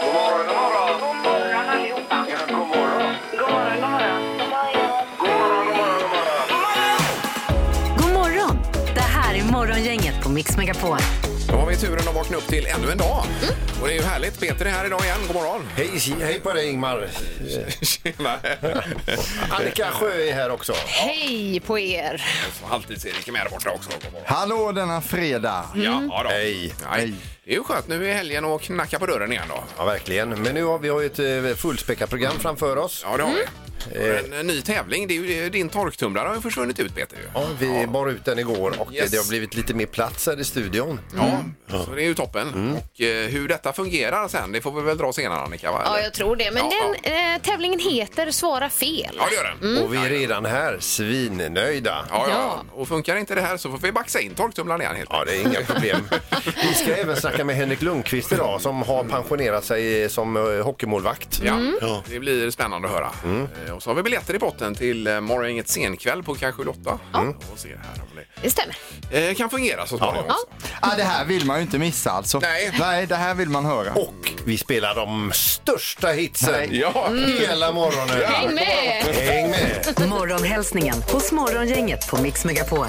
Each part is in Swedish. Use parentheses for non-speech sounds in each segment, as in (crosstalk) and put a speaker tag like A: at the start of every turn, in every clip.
A: God morgon, god morgon.
B: God morgon allihopa.
A: Ja, god morgon.
B: God morgon, god morgon.
A: God morgon, god morgon, god morgon.
C: God morgon! Det här är Morgongänget på Mix Megapol.
D: Då har vi turen att vakna upp till ännu en dag.
E: Mm.
D: Och det är ju härligt. Peter är här idag igen. God morgon.
F: Hej, hej på dig Ingmar.
D: Tjena.
F: Annika Sjö är här också.
E: Hej på er!
D: Halvtids-Erik är med där borta också. God morgon.
G: Hallå denna fredag!
D: Ja, ja då.
F: Hej.
D: Nej. Det är ju skönt nu i helgen och knacka på dörren igen då.
F: Ja, verkligen. Men nu har vi har ju ett eh, fullspäckat program framför oss. Eh.
D: Ja, det har vi. En eh, ny tävling. Det är ju, din torktumlare har ju försvunnit ut, Peter. ju.
F: Ja, vi bar ut den igår och
D: Yes.
F: det har blivit lite mer plats här i studion. Mm.
D: Ja, så det är ju toppen. Och eh, hur detta fungerar sen, det får vi väl dra senare, Annika? Va?
E: Ja, jag tror det. Men
D: Ja,
E: den eh, tävlingen heter Svara fel.
D: Ja, det gör den.
E: Mm.
F: Och vi är redan här svinnöjda.
D: Ja, ja. Och funkar inte det här så får vi baxa in torktumlaren igen helt
F: Ja, det är inga problem. Vi
D: (laughs)
F: ska även snacka med Henrik Lundqvist idag som har pensionerat sig som eh, hockeymålvakt. Mm.
D: Ja,
E: Mm.
D: det blir spännande att höra. Eh, Och så har vi biljetter i potten till eh, morgongänget senkväll på kanske 8. Och se här om
E: Det stämmer.
D: det eh, kan fungera så småningom också.
G: Ah, det här vill man ju inte missa alltså.
D: Nej.
G: Nej, det här vill man höra.
F: Och vi spelar de största hitsen
D: Ja.
F: hela morgonen.
E: Häng med!
F: Häng med!
C: Morgonhälsningen hos Morgongänget på Mix Megapol.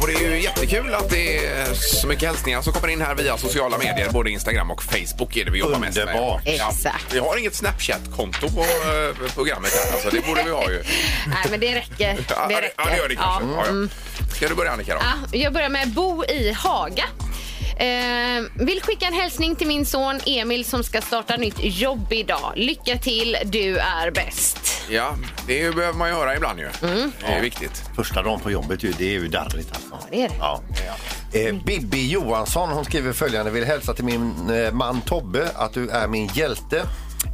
D: Och det är ju jättekul att det är så mycket hälsningar som kommer in här via sociala medier, både Instagram och Facebook är det vi jobbar mest med.
F: Underbart.
E: Exakt.
D: Vi har inget Snapchat-konto på eh, programmet här, alltså det borde vi
E: (laughs)
D: ha ju.
E: Nej, men det räcker.
D: Ja,
E: Det räcker.
D: ja, det gör det kanske.
E: Ja. Mm.
D: Ja, ja. Ska du börja Annika då?
E: Ja, jag börjar med Bo i Haga. Eh, vill skicka en hälsning till min son Emil som ska starta nytt jobb idag. Lycka till, du är bäst.
D: Ja, det behöver man ju höra ibland ju.
E: Mm.
D: Det är viktigt.
H: Första dagen på jobbet, ju, det är ju darrigt alltså.
E: det är det.
H: Ja.
F: Eh, Bibi Johansson hon skriver följande. Vill hälsa till min eh, man Tobbe att du är min hjälte.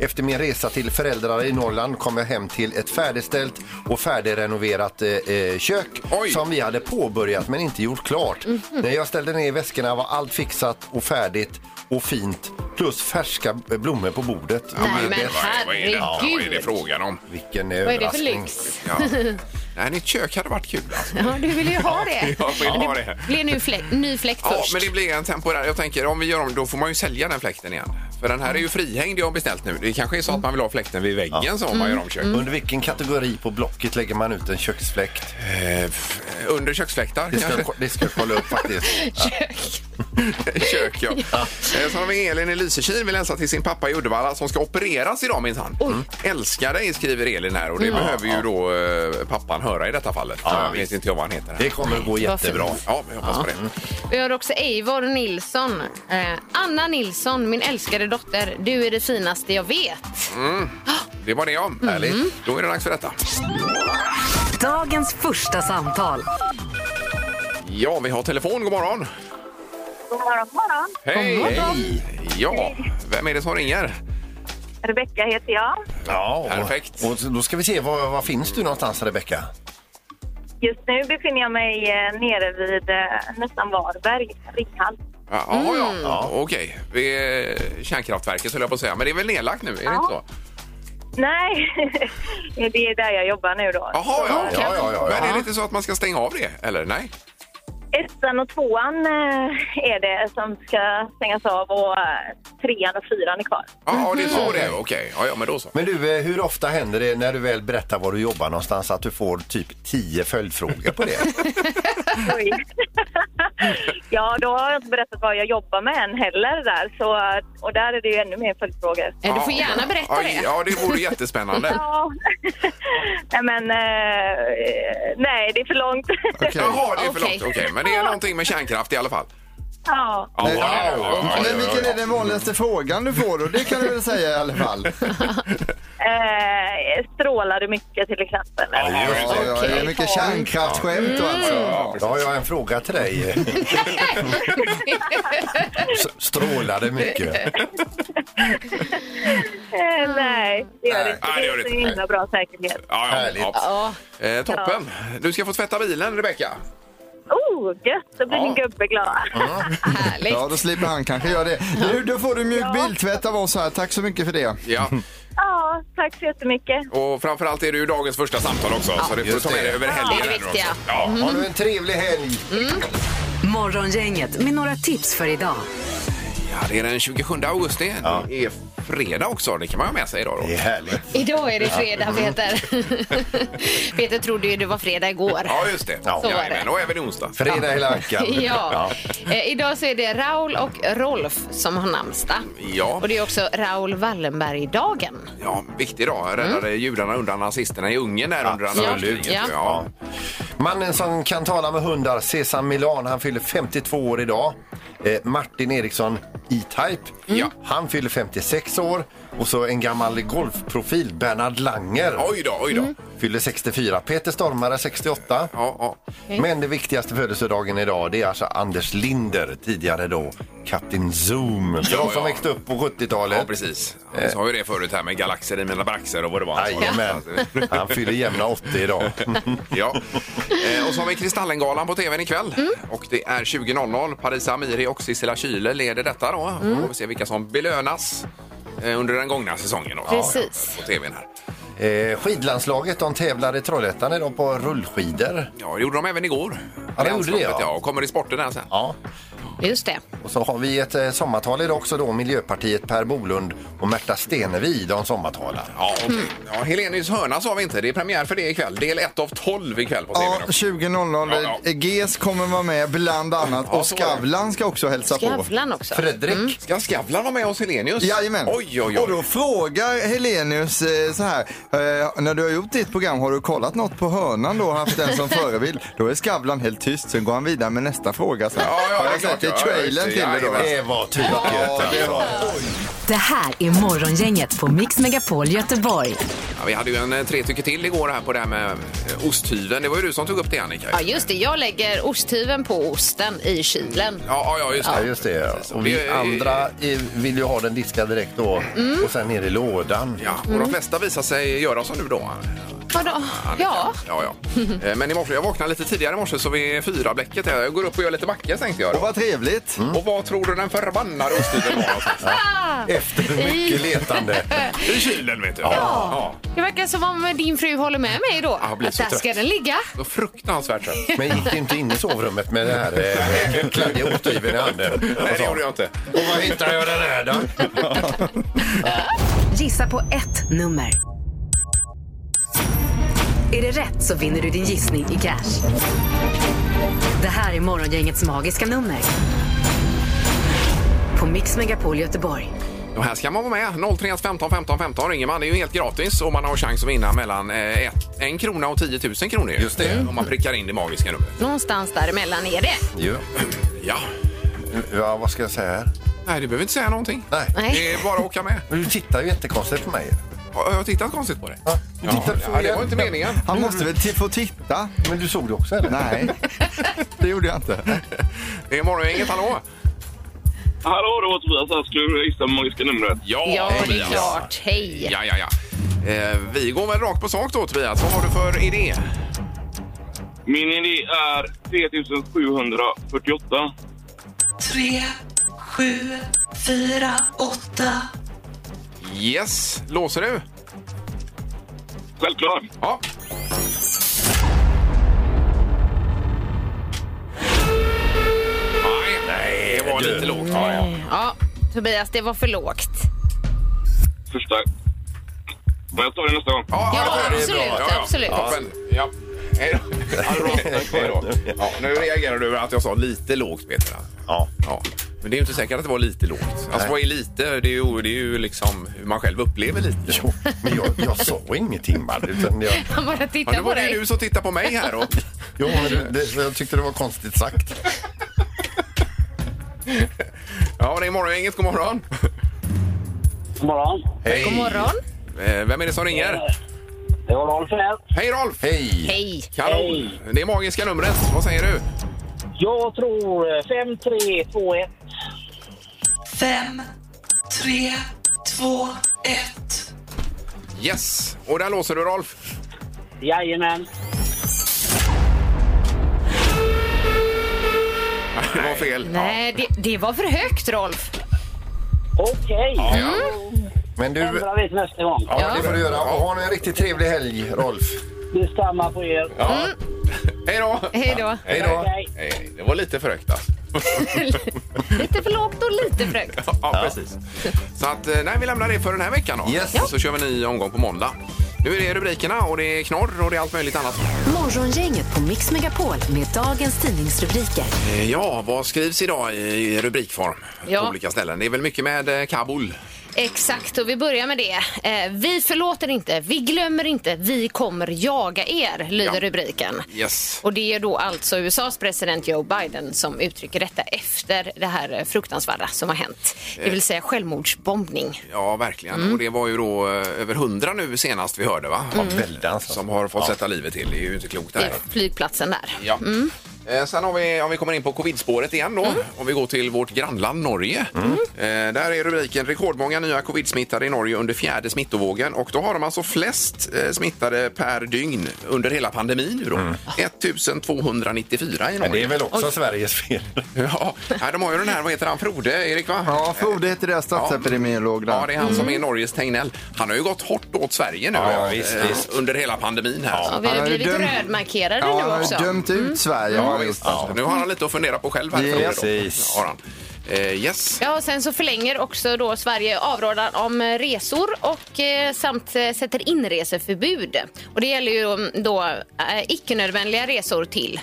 F: Efter min resa till föräldrar i Norrland kom jag hem till ett färdigställt och färdigrenoverat eh, eh, kök
D: Oj.
F: som vi hade påbörjat men inte gjort klart.
E: Mhm.
F: När jag ställde ner väskorna var allt fixat och färdigt och fint plus färska eh, blommor på bordet.
E: Nej,
F: Det är
E: men
F: bäst.
E: här-
D: Vad är det, ja, vad är det
E: Herregud.
D: frågan om?
F: Vilken
E: Vad är det för
F: överraskning.
E: lyx?
D: Ja. Nej, nytt kök hade varit kul
E: (laughs)
D: alltså.
E: Ja, du vill ju ha
D: (laughs)
E: det.
D: Jag vill ha det.
E: Blir nu fläkt, ny fläkt
D: Ja,
E: först.
D: men det blir en temporär. Jag tänker om vi gör om då får man ju sälja den fläkten igen. För den här är ju frihängd jag har beställt nu. Det kanske är så att man vill ha fläkten vid väggen så om man gör om kök.
F: Under vilken kategori på Blocket lägger man ut en köksfläkt?
D: Eh, f- Under köksfläktar
F: Det ska,
D: kanske?
F: jag ko- det ska jag kolla upp
D: (laughs)
F: faktiskt.
E: (laughs) Kök.
D: (laughs) Kök, ja. Eh, Sen har vi Elin i Lysekil vill hälsa till sin pappa i Uddevalla som ska opereras idag minsann. Mm. Älskar dig skriver Elin här och det behöver ju då eh, pappan höra i detta fallet. jag vet inte jag vad han heter.
F: Det
D: Här.
F: kommer att gå jättebra.
D: Ja, vi hoppas på det.
E: Vi har också Eivor Nilsson. Eh, Anna Nilsson, min älskade dotter. Du är det finaste jag vet.
D: Mm. Det var det om. Härligt. Då är det dags för detta.
C: Dagens första samtal.
D: Ja, vi har telefon. God morgon.
B: God morgon, god morgon.
D: Hej! Hej. Ja, vem är det som ringer?
B: Rebecka heter jag.
F: Ja, och-
D: Perfekt.
F: Och då ska vi se, var, var finns du någonstans Rebecka?
B: Just nu befinner jag mig eh, nere vid eh, nästan Varberg, Ringhals.
D: Ja, ja,
E: Mm.
D: ja. ja okej. Vid eh, kärnkraftverket höll jag på att säga, men det är väl nedlagt nu? Är det inte så?
B: Nej, (laughs) det är där jag jobbar nu då.
D: Jaha, ja.
F: Okej. Ja, ja, ja, ja.
D: Men är det inte så att man ska stänga av det? Eller nej?
B: Ettan och tvåan eh, är det som ska stängas av och eh, trean och fyran är kvar.
D: Ja, det är så det är. Okej. Ja, ja, men då så.
F: Men du, eh, hur ofta händer det när du väl berättar var du jobbar någonstans att du får typ tio följdfrågor på det?
B: Oj. Mm. ja, då har jag inte berättat vad jag jobbar med än heller där. Så, eh, och där är det ju ännu mer följdfrågor.
E: Eh, Du får
D: Ja.
E: gärna berätta
D: ja,
E: det.
D: Ja, det
E: (laughs)
D: vore jättespännande.
B: Ja, (laughs) nej men eh, nej det är för långt. (laughs)
D: Jaha, det är för
E: Okej.
D: långt. Okej, men det är någonting med kärnkraft i alla fall.
B: ja.
D: Ja,
G: Nej,
D: ja, ja, ja,
G: Men vilken är den vanligaste frågan du får då? Det kan du väl säga i alla fall?
B: Eh, strålar du mycket till exempel? eller?
D: (laughs) ja,
G: Ja, ja, det är
B: Okej.
G: mycket kärnkraftsskämt och alltså. Ja.
F: Då har jag en fråga till dig. S- (laughs) Strålade mycket.
B: Eh, nej, det gör det inte. Det
D: Nej, det gör
B: är
D: det
B: så
D: inte.
B: himla bra säkerhet.
D: ja,
F: Härligt.
D: ja, ja. Eh, Toppen. Du ska få tvätta bilen, Rebecka.
B: Oh, gött! Då blir min gubbe glad.
E: Härligt.
G: Ja, då slipper han kanske göra det. Du, då får du mjuk biltvätt av oss här. Tack så mycket för det.
F: (laughs)
D: Ja.
B: Ja, tack så jättemycket.
D: Och framförallt är det ju dagens första samtal också, så det får du
F: just
D: ta med
F: det.
D: dig över
E: Det
D: helgen.
E: är det
D: nu också.
E: viktiga. Mm.
D: Ja.
F: Ha
C: Mm.
F: nu en trevlig helg.
C: Morgongänget med några tips för idag.
D: Ja, det är den 27 augusti. Det är fredag också. Det kan man ha med sig idag. Då.
H: Det är härligt.
E: Idag är det fredag,
D: (laughs)
E: Peter. Peter trodde ju det var fredag igår.
D: Ja, just det.
E: Så var
D: Jajamän,
E: det.
D: och även onsdag.
F: Fredag hela veckan.
E: (laughs) Ja. Eh, idag så är det Raul och Rolf som har namnsdag.
D: Ja.
E: Och det är också Raul Wallenberg-dagen.
D: Ja, viktig dag. Räddade judarna undan nazisterna i Ungern där under andra
E: Mm. Ja.
D: världskriget.
E: Ja.
D: Ja.
F: Mannen som kan tala med hundar, Cesar Milan, han fyller 52 år idag. Eh, Martin Eriksson, E-Type,
D: Ja.
F: han fyller 56 år. Och så en gammal golfprofil, Bernhard Langer, Mm.
D: Oj då, oj då.
F: fyller 64. Peter Stormare, 68.
D: Ja, ja.
F: Men det viktigaste födelsedagen idag det är alltså Anders Linder, tidigare då Captain Zoom. För de som
D: ja.
F: växte upp på
D: Ja,
F: 70-talet.
D: precis.
F: Eh,
D: Han sa ju det förut här med galaxer i mina braxer och vad det var. han sa.
F: Jajamän. Han fyller jämna 80 idag.
D: (laughs) Ja. Eh, och så har vi Kristallengalan på tvn ikväll. Och det är 20.00. Parisa Amiri och Sissela Kyle leder detta då. Får vi se vilka som belönas eh, under den gångna säsongen. Då.
E: Precis.
D: Ja, På tvn här.
F: Eh, skidlandslaget de tävlar i Trollhättan idag på rullskidor.
D: Ja, det gjorde de även igår.
F: Ja, det gjorde det, ja.
D: Och kommer i sporten här sen.
F: Ja.
E: Just det.
F: Och så har vi ett eh, sommartal idag också då. Miljöpartiet Per Bolund och Märta Stenevi de sommartalar.
D: Ja, okej. ja, Helenius hörna sa vi inte. Det är premiär för det ikväll. Del 1 av 12 ikväll på
G: Ja,
D: tvn. också.
G: 20.00.
D: Ja, ja.
G: GES kommer vara med bland annat
D: Ja,
G: och
D: så var det.
G: Skavlan ska också hälsa på.
E: Skavlan också. Mm.
F: Fredrik,
D: Ska Skavlan vara med oss Helenius?
G: Jajamän.
D: Oj, oj,
G: Och då
D: oj.
G: frågar Helenius eh, så här. Eh, när du har gjort ditt program, har du kollat något på hörnan då och haft den
D: (laughs)
G: som förebild? Då är Skavlan helt tyst, sen går han vidare med nästa fråga. Så här.
D: Ja, ja,
G: har
D: det är
G: jag
D: klart,
G: sett i
D: ja,
G: trailern
D: just det,
G: till det då?
D: jajamän.
F: det var tydligt.
C: Det här är Morgongänget på Mix Megapol Göteborg.
D: Ja, vi hade ju en eh, tre tycker till igår här på det här med eh, osthyveln. Det var ju du som tog upp det Annika.
E: Ja, just det. Jag lägger osthyveln på osten i kylen.
D: Ja, ja, just det.
F: Ja, just det. ja. Och vi
D: Det-
F: andra eh, vill ju ha den diskad direkt då
D: Mm.
F: och sen ner i lådan.
D: Ja, och de flesta visar sig göra som nu då.
E: Vadå?
D: (laughs)
E: Ja.
D: ja, ja. Eh, Men i morse, jag vaknade lite tidigare i morse så vi fyra bläcket här. Jag går upp och gör lite macka tänkte jag.
G: Och
D: Då.
G: vad trevligt.
D: Mm. Och vad tror du den förbannade osthyveln
E: (laughs)
D: var någonstans?
E: Ah!
F: Efter
D: (laughs)
F: mycket letande.
D: I kylen vet du. Ja.
E: Det verkar som om din fru håller med mig då.
D: jag blir
E: Att
D: så
E: där
D: trött.
E: ska den ligga.
D: Så fruktansvärt trött.
F: Men gick du inte in i sovrummet med den här eh, kladdiga osthyveln i handen?
D: Nej, det gjorde jag inte.
F: Och var hittar jag den här då?
C: Gissa på ett nummer. Är det rätt så vinner du din gissning i cash. Det här är Morgongängets magiska nummer. På Mix Megapol Göteborg.
D: Och här ska man vara med. 031 15 15 15 ringer man. Det är ju helt gratis och man har chans att vinna mellan eh, ett, en krona och 10 000 kronor. Just det. Om man prickar in det magiska numret.
E: Någonstans däremellan är det.
F: Jo.
D: Ja.
F: Ja, vad ska jag säga här?
D: Nej, du behöver inte säga någonting.
F: Nej.
E: Nej.
D: Det är bara att åka med.
F: Men du tittar ju jättekonstigt på mig.
D: Har jag tittat konstigt på det?
F: Ja, du tittar så
D: ja, det
F: igen.
D: var inte meningen.
G: Han måste väl till- få titta?
F: Men du såg det också eller? (laughs)
G: Nej, det gjorde jag inte.
D: Det är morgongänget, hallå!
A: Hallå, det var Tobias här. Skulle du gissa det magiska numret?
E: Ja, det är
D: Tobias.
E: klart. Hej.
D: Ja, ja, ja. Eh, vi går väl rakt på sak då, Tobias. Vad har du för idé?
I: (laughs)
A: Min idé är 3748.
D: Yes, låser du?
A: Självklart.
D: Ja. Nej, nej, det var lite lågt. Ja, ja.
E: Ja, Tobias, det var för lågt.
A: Första. Men jag tar det nästa gång.
D: Ja,
E: Ja,
D: ja, det är
E: absolut,
D: bra. Ja, ja.
E: absolut.
D: Toppen. Ja. Hej då. Hej då. Ja, nu reagerar du över att jag sa lite lågt, Peter.
F: Ja.
D: Ja. Men det är ju inte säkert att det var lite lågt. Alltså, vad är lite? Det är ju, det är ju liksom hur man själv upplever lite.
F: Jo, men jag, jag såg ingenting man. Utan jag,
E: Han bara
D: Ja,
E: tittar
D: nu
E: på
D: var det
E: dig.
D: ju du som tittade på mig här. Och...
F: jo, men det, jag tyckte det var konstigt sagt.
D: (laughs) Ja, det är morgongänget. God morgon.
J: God morgon.
D: Hej.
E: God morgon.
D: Eh, Vem är det som ringer?
J: Det var Rolf här.
D: Hej Rolf!
F: Hej!
E: Hej.
D: Kanon! Det är magiska numret. Vad säger du?
J: Jag tror eh, 5321.
D: Yes! Och där låser du Rolf. (laughs)
J: Jajamän.
D: Det var fel.
E: Nej, det, det var för högt, Rolf.
J: Okej. Mm.
F: Men du, ja,
J: Ändrar vi till nästa gång.
F: det får du göra. Och ha nu en riktigt trevlig helg, Rolf.
J: Detsamma på er.
D: Hej då!
E: Hej då.
D: Hej då!
J: Hej.
D: Hej, Det var lite för högt alltså.
E: lite för lågt och lite för högt.
D: (laughs) Ja, precis. Så att, eh, nej, vi lämnar det för den här veckan då.
F: Yes.
D: Så kör vi en ny omgång på måndag. Nu är det rubrikerna och det är knorr och det är allt möjligt annat.
C: Morgongänget på Mix Megapol med dagens tidningsrubriker.
D: Eh, Ja, vad skrivs idag i rubrikform på
E: Ja.
D: olika ställen? Det är väl mycket med eh, Kabul.
E: Exakt, och vi börjar med det. Eh, vi förlåter inte, vi glömmer inte, vi kommer jaga er, lyder
D: Ja.
E: rubriken.
D: Yes.
E: Och det är då alltså USAs president Joe Biden som uttrycker detta efter det här eh, fruktansvärda som har hänt. Det vill säga självmordsbombning.
D: Ja, verkligen.
E: Mm.
D: Och det var ju då eh, över hundra nu senast vi hörde, va?
H: Väldans.
D: Som har fått sätta livet till. Det är ju inte klokt det
E: Det är
D: här.
E: flygplatsen där.
D: Ja. Eh, Sen har vi, om vi kommer in på covidspåret igen då, om vi går till vårt grannland Norge. Eh, där är rubriken rekordmånga nya covid-smittade i Norge under fjärde smittovågen och då har de alltså flest eh, smittade per dygn under hela pandemin nu då. 1294 i
F: Men det är
D: Norge.
F: väl också Sveriges fel.
D: (laughs) Ja, nej, de har ju den här, vad heter han, Frode, Erik va?
G: Ja, Frode heter deras statsepidemiolog
D: Ja,
G: där. Mm.
D: det är han som är Norges Tegnell. Han har ju gått hårt åt Sverige nu
F: Ja,
D: eh,
F: visst, visst.
D: under hela pandemin här.
E: Ja, vi
G: Han
E: har
G: har ju
E: blivit
G: dömt-
E: rödmarkerade
G: Ja, han
E: nu
G: har
E: också.
G: ju dömt
E: Mm.
G: ut Mm, typ Sverige.
D: Ja,
G: har han
D: visst.
G: gjort.
D: Nu har han lite att fundera på själv. Här,
G: Yes.
D: Frode, då.
F: Precis.
D: Har han. Eh, yes.
E: Ja, och sen så förlänger också då Sverige avrådan om eh, resor och eh, samt eh, sätter inreseförbud. Och det gäller ju mm, då eh, icke-nödvändiga resor till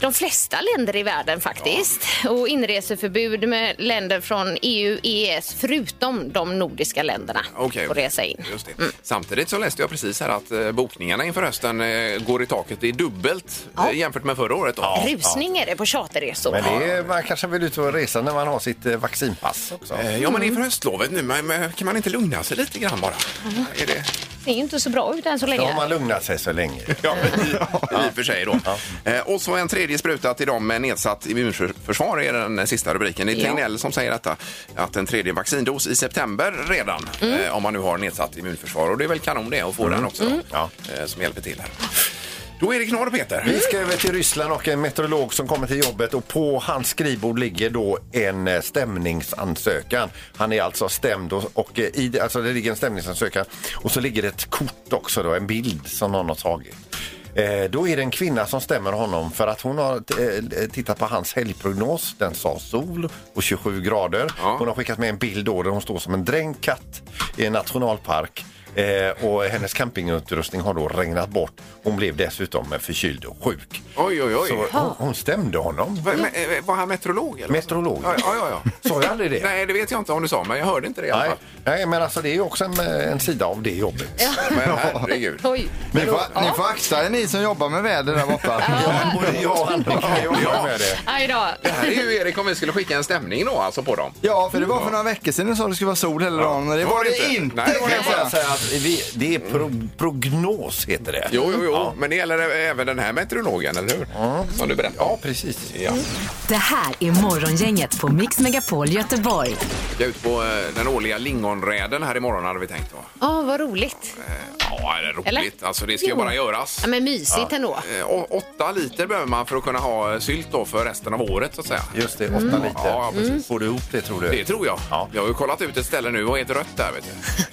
E: de flesta länder i världen faktiskt. Och inreseförbud med länder från E EU, EES, förutom de nordiska länderna.
D: Okej.
E: Och resa in.
D: Just det. Samtidigt så läste jag precis här att eh, bokningarna inför hösten eh, går i taket. Det är dubbelt eh, jämfört med förra året. Då.
E: Rusning är det på charterresor.
F: Men det är, man kanske vill ut och resa när man har sitt eh, vaccinpass också.
D: Eh, Ja, men inför höstlovet nu, men, men, kan man inte lugna sig lite grann bara? Är det,
E: ser Mm-hmm. ju inte så bra ut än så
F: Då
E: länge.
F: har man lugnat sig så länge.
D: (laughs) ja, i, I och för sig då. Eh, Och så en tredje spruta till dem med nedsatt immunförsvar är den sista rubriken. Det är
E: Ja.
D: Tegnell som säger detta, att en tredje vaccindos i september redan, eh, om man nu har nedsatt immunförsvar. Och det är väl kanon det att få den också, då,
F: Mm. Ja.
D: eh, som hjälper till här. Då är det knorr, Peter.
F: Vi ska över till Ryssland och en meteorolog som kommer till jobbet och på hans skrivbord ligger då en eh, stämningsansökan. Han är alltså stämd och, och eh, i, det- alltså det ligger en stämningsansökan och så ligger det ett kort också då, en bild som någon har tagit. Eh, då är det en kvinna som stämmer honom för att hon har eh, tittat på hans helgprognos. Den sa sol och 27 grader.
D: Ja.
F: Hon har skickat med en bild då där hon står som en dränkt katt i en nationalpark. Eh, och hennes campingutrustning har då regnat bort. Hon blev dessutom eh, förkyld och sjuk.
D: Oj, oj, oj.
F: Så hon, hon stämde honom.
D: Va- men, eh, Var han meteorolog? Eller?
F: Meteorolog.
D: Ja, ja, ja.
F: Sa jag aldrig det?
D: Nej, det vet jag inte om du sa, men jag hörde inte det i alla
F: Nej,
D: fall.
F: nej, men alltså det är ju också en, eh, en sida av det jobbet.
D: Men
F: (laughs)
D: herregud.
E: Oj.
G: Ni får, ni får akta er ni som jobbar med väder där borta.
F: Ja, både jag och Annika jobbar med det.
E: Aj då.
D: Det här är ju Erik om vi skulle skicka en stämning då alltså på dem.
G: Ja, för det var för några veckor sedan du sa att det skulle vara sol hela dagen. men Det var det inte.
D: Nej, det var det
F: Jag
D: inte.
F: kan bara säga att vi, det är pro, prognos heter det.
D: Jo, jo, jo. Men det gäller även den här meteorologen, eller hur? Som du berättade om.
F: Ja, precis.
D: Ja.
C: Det här är Morgongänget på Mix Megapol Göteborg.
D: Jag är ute på eh, den årliga lingonräden här imorgon hade vi tänkt. Då.
E: Ja, vad roligt.
D: Ja, det är roligt.
E: Eller?
D: Alltså det ska ju
E: Jo.
D: bara göras.
E: Ja, men mysigt ändå.
D: Eh, å- Åtta liter behöver man för att kunna ha eh, sylt då för resten av året så att säga. Mm.
F: Just det, åtta liter. Mm.
D: Ja, precis.
F: Får du ihop det tror du?
D: Det tror jag.
F: Ja.
D: Jag har ju kollat ut ett ställe nu och heter rött där vet du.
F: (laughs)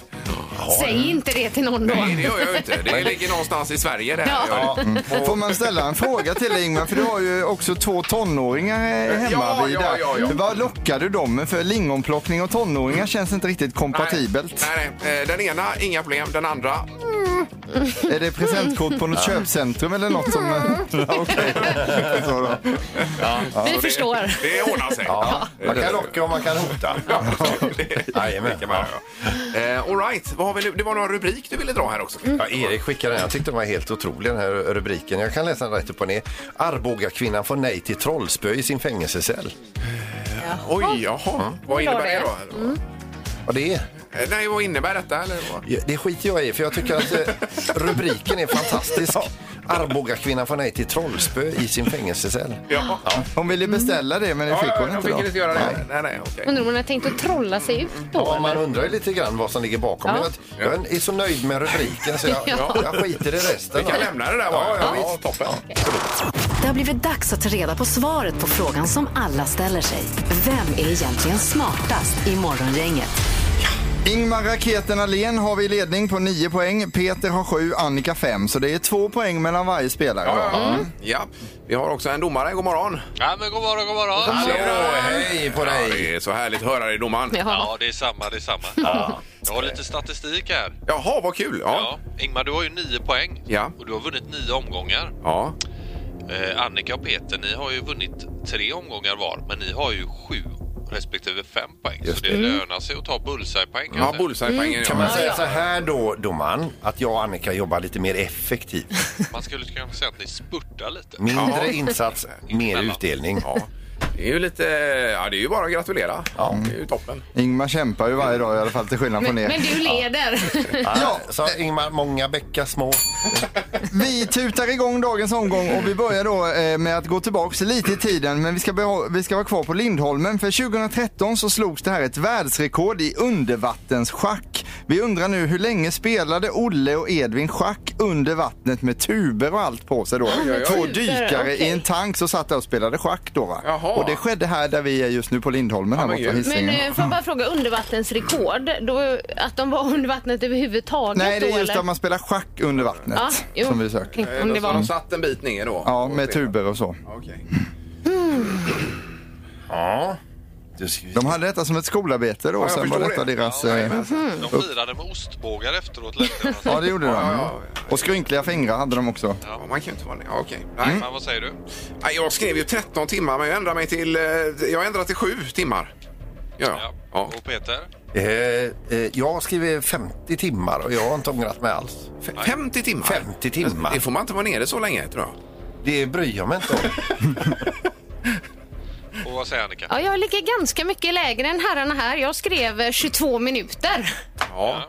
E: Säg inte det till någon då.
D: Nej, det gör jag ju inte. Det ligger någonstans i Sverige det här.
E: Ja.
D: Ja.
F: Mm.
G: Mm. Får man ställa en fråga till dig Ingmar? För du har ju också två tonåringar eh, hemma
D: Ja,
G: vid
D: ja,
G: där.
D: ja, ja.
G: Vad lockar du dem med? För lingonplockning och tonåringar känns inte riktigt kompatibelt.
D: Mm. Nej, nej. Eh, Den ena, inga problem. Den andra,
G: Är det presentkort på något köpcentrum eller något som... Ja,
D: (laughs)
G: Okej. Så då.
E: Vi förstår.
D: det ordnar sig.
F: Ja, man kan locka och man kan hota. Jajamän.
D: Jajamän. Eh, all right, vad har vi nu? Det var någon rubrik du ville dra här också.
F: Ja, Erik skickade den. Jag tyckte den var helt otrolig den här rubriken. Jag kan läsa den rätt upp och ner. Arboga kvinnan får nej till trollspö i sin fängelsecell.
D: Oj, jaha. Vad innebär det då?
F: Och det, är-
D: Eh, Nej, vad innebär detta? Eller vad?
F: det skiter jag i för jag tycker att eh, rubriken är fantastisk. Arboga kvinnan får nej till trollspö i sin fängelsecell.
D: Ja. Ja,
G: Hon ville beställa det men det
D: ja,
G: fick hon
D: jag
G: inte
D: fick
G: då.
D: inte göra det. Nej, nej, okej.
E: Undrar om hon har tänkt att trolla sig ut då?
F: Ja, man
E: eller?
F: undrar ju lite grann vad som ligger bakom.
E: Ja.
F: Jag, jag är så nöjd med rubriken så jag,
E: (laughs) Ja.
F: jag skiter i resten.
D: Vi kan lämna det där bara.
F: Ja, ja, visst.
D: toppen.
C: Det har blivit dags att ta reda på svaret på frågan som alla ställer sig. Vem är egentligen smartast i Morgongänget?
G: Ingmar Raketen Ahlén har vi i ledning på 9 poäng. Peter har 7, Annika 5. Så det är två poäng mellan varje spelare. Mm.
D: Ja, ja, ja. ja, vi har också en domare. God morgon!
K: Ja, men god morgon, god morgon.
D: Hallå,
F: hej på
D: Ja,
F: dig!
D: det är så härligt att höra dig domaren.
E: Jaha.
K: Ja, det är samma, det är samma. Ja. Jag har lite statistik här.
D: Jaha, vad kul! Ja.
K: Ja, Ingmar, du har ju nio poäng
D: Ja.
K: och du har vunnit nio omgångar.
D: Ja.
K: Eh, Annika och Peter, ni har ju vunnit tre omgångar var, men ni har ju sju respektive fem poäng. så det lönar sig att ta bullseye-poäng. kan
D: Ja,
K: jag säga.
D: bullseye-poängen.
F: Mm. Kan man
D: Ja.
F: säga så här då, domaren, att jag och Annika jobbar lite mer effektivt?
K: Man skulle kanske säga att ni spurtar lite.
F: Mindre insats, mer utdelning.
D: Ja. Det är ju lite... Ja, det är ju bara att gratulera. Det är ju toppen.
G: Ingmar kämpar ju varje dag i alla fall till skillnad
E: Men,
G: från er.
E: men du leder.
F: Ja, så Ingmar, många bäckar små.
G: Vi tutar igång dagens omgång och vi börjar då eh, med att gå tillbaks lite i tiden men vi ska, behå- vi ska vara kvar på Lindholmen för 2013 så slogs det här ett världsrekord i undervattensschack. Vi undrar nu hur länge spelade Olle och Edvin schack under vattnet med tuber och allt på sig då? Två
E: Tuber,
G: dykare i
E: okej.
G: en tank som satt där och spelade schack då va?
D: Jaha.
G: Och det skedde här där vi är just nu på Lindholmen här
D: men
G: borta på
D: gud.
E: Men
G: Hisingen.
E: eh, får jag bara fråga, undervattensrekord, då, att de var under vattnet överhuvudtaget
G: Nej det
E: då,
G: är just
E: eller?
G: att man spelar schack under vattnet
E: Ja, jo.
G: som vi söker.
E: Tänkte om det
D: Så
E: var...
D: de satt en bit ner då?
G: Ja, med tuber och så.
D: Okej.
E: Mm.
F: Ja.
G: De hade detta som ett skolarbete då,
D: jag
G: sen var
D: förstår
G: detta
D: det.
G: deras...
D: Ja,
G: eh,
D: jajamän.
E: Mhm.
K: De firade med ostbågar efteråt. längre.
G: Ja, det gjorde de.
D: ja,
G: Och skrynkliga fingrar hade de också.
D: Ja, man kan ju inte vara ja, Okej. Nej.
K: Nej, Mm. men vad säger du?
D: Nej, Jag skrev ju 13 timmar, men jag ändrar mig till... eh, Jag ändrar till 7 timmar. Ja,
K: Ja.
D: ja. ja.
K: Och Peter?
F: Eh, eh, jag skriver 50 timmar och jag har inte ångrat mig alls.
D: F- 50 timmar?
F: 50 timmar.
D: Det får man inte vara nere så länge, tror jag.
F: Det bryr jag mig inte
D: (laughs)
F: om.
K: Och vad säger Annika?
E: Ja, jag ligger ganska mycket lägre än herrarna här. Jag skrev eh, 22 minuter.
D: Ja.